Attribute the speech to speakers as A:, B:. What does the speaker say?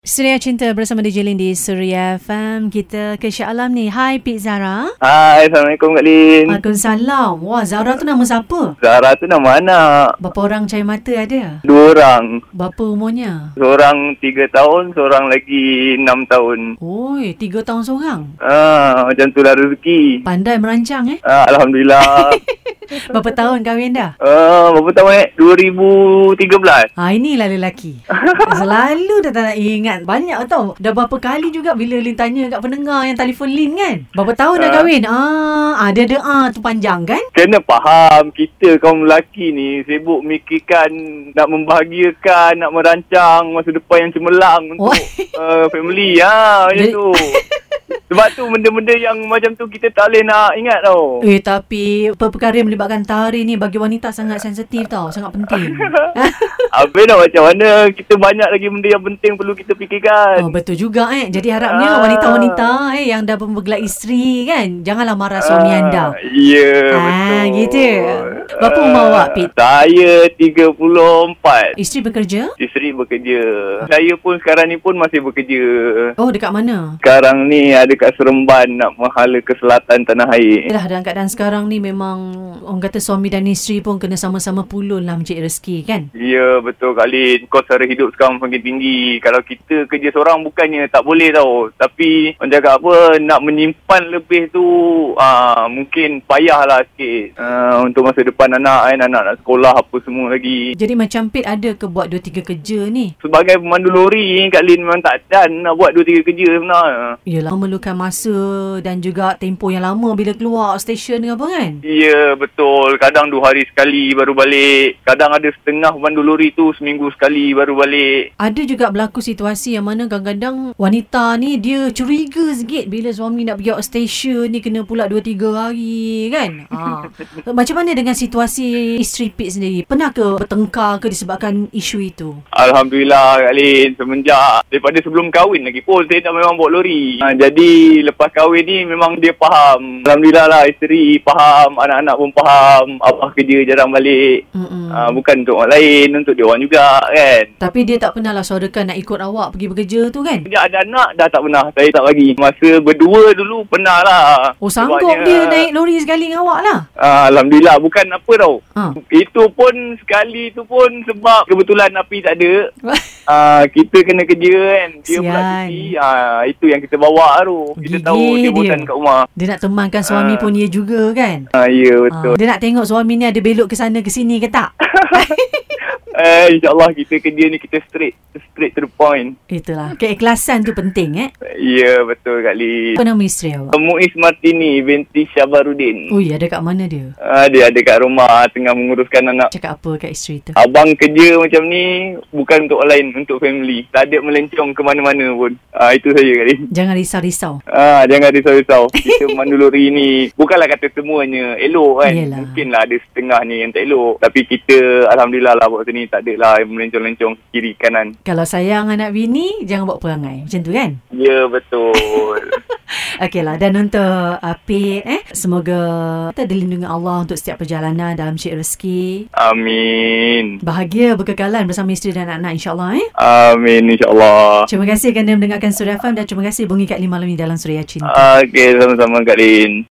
A: Suria Cinta bersama DJ Lin di Suria FM. Kita ke Shah Alam ni. Hai Pik Zara.
B: Hai, Assalamualaikum Kak Lin.
A: Waalaikumsalam. Wah, Zara tu nama siapa?
B: Zara tu nama anak.
A: Berapa orang cahaya mata ada?
B: Dua orang.
A: Berapa umurnya?
B: Seorang tiga tahun, seorang lagi enam tahun.
A: Oi, tiga tahun seorang.
B: Ah, macam tu lah rezeki.
A: Pandai merancang eh.
B: Ah, Alhamdulillah.
A: Berapa tahun kahwin dah?
B: Ah, berapa tahun eh? 2013.
A: Ha, inilah lelaki. Selalu dah tak nak ingat. Banyak tau. Dah berapa kali juga bila Lin tanya kat pendengar yang telefon Lin kan. Berapa tahun dah
B: Ah.
A: kahwin? Ah, ada ada ah tu panjang kan?
B: Kena faham, kita kaum lelaki ni sibuk mikirkan, nak membahagiakan, nak merancang masa depan yang cemerlang
A: Oh.
B: untuk uh, family. Ha, macam
A: Jadi-
B: tu. Sebab tu benda-benda yang macam tu kita tak boleh nak ingat tau.
A: Eh tapi apa perkara yang melibatkan tarik ni bagi wanita sangat sensitif tau, sangat penting.
B: Habis dah macam mana Kita banyak lagi benda yang penting Perlu kita
A: oh
B: fikirkan
A: betul juga eh. Jadi harapnya
B: Ah.
A: wanita-wanita eh yang dah berbegelak isteri kan, janganlah marah suami
B: Ah,
A: anda.
B: Ya yeah,
A: Ah,
B: betul
A: gitu. Berapa
B: Ah,
A: umur awak, Pit?
B: Saya 34
A: Isteri bekerja?
B: Isteri bekerja Saya pun sekarang ni pun masih bekerja
A: Oh dekat mana?
B: Sekarang ni ada kat Seremban Nak menghala ke selatan tanah air
A: Yalah dalam keadaan sekarang ni memang orang kata suami dan isteri pun kena sama-sama pulun lah mencari rezeki kan?
B: Ya betul Kak Lin Kos sara hidup sekarang makin tinggi Kalau kita kerja seorang Bukannya tak boleh tau Tapi Orang cakap apa Nak menyimpan lebih tu aa, Mungkin payahlah sikit aa, Untuk masa depan anak kan Anak nak sekolah Apa semua lagi
A: Jadi macam Pit ada ke buat 2-3 kerja ni?
B: Sebagai pemandu lori Kak Lin memang tak dan Nak buat 2-3 kerja sebenarnya
A: Yelah memerlukan masa dan juga tempoh yang lama bila keluar stesen ke apa kan?
B: Ya betul Kadang dua hari sekali baru balik Kadang ada setengah pemandu lori tu Seminggu sekali baru balik
A: Ada juga berlaku situasi yang mana kadang-kadang wanita ni dia curiga sikit bila suami nak pergi outstation ni kena pula 2-3 hari kan. Ha. Macam mana dengan situasi isteri Pit sendiri? Pernah ke bertengkar ke disebabkan isu itu?
B: Alhamdulillah Kak Lin Semenjak Daripada sebelum kahwin lagi pun Saya dah memang bawa lori ha, Jadi lepas kahwin ni Memang dia faham Alhamdulillah lah Isteri faham Anak-anak pun faham Abah kerja jarang balik
A: Mm-mm.
B: ha, Bukan untuk orang lain Untuk dia orang juga kan
A: Tapi dia tak pernah lah suarakan nak ikut awak pergi bekerja tu kan?
B: Sejak ada anak Dah tak pernah Saya tak bagi Masa berdua dulu Pernah lah
A: Oh sanggup
B: Sebabnya-
A: dia naik lori sekali dengan awak lah.
B: Ah, Alhamdulillah Bukan apa tau
A: Ha.
B: Itu pun sekali tu pun sebab kebetulan api tak ada. Ah kita kena kerja kan. Dia pula
A: Kesian.
B: cuti. Ah itu yang kita bawa tu. Kita
A: Gigih
B: tahu dia
A: Oh, dia.
B: bosan kat rumah.
A: Dia nak temankan suami
B: Ah.
A: pun dia juga kan?
B: Ah ya
A: Ha.
B: betul.
A: Dia nak tengok suami ni ada belok ke sana ke sini ke tak?
B: Eh insyaallah kita kerja ni kita straight straight to the point.
A: Itulah. Keikhlasan tu penting eh.
B: Ya betul Kak Lee.
A: Apa nama isteri awak?
B: Muiz Martini binti Syabarudin.
A: Ui, ada kat mana dia?
B: Ah dia ada kat rumah tengah menguruskan anak.
A: Cakap apa kat isteri tu?
B: Abang kerja macam ni bukan untuk orang lain, untuk family. Tak ada melencong ke mana-mana pun. Ah itu saya Kak Lee.
A: Jangan risau-risau.
B: Ah, jangan risau-risau. Kita pemandu lori ni bukanlah kata semuanya elok kan.
A: Yelah.
B: Mungkinlah ada setengah ni yang tak elok. Tapi kita alhamdulillah lah buat sini tak ada lah yang melencong-lencong kiri kanan.
A: Kalau sayang anak bini, jangan buat perangai. Macam tu kan?
B: Ya betul.
A: Okey lah. Dan untuk uh, Pit, eh, semoga kita dilindungi Allah untuk setiap perjalanan dalam cik rezeki.
B: Amin.
A: Bahagia berkekalan bersama isteri dan anak-anak insyaAllah eh.
B: Amin insyaAllah.
A: Terima kasih kerana mendengarkan Surya FM dan terima kasih bungi Kak Lee malam ini dalam Surya Cinta.
B: Okey, sama-sama Kak Lin.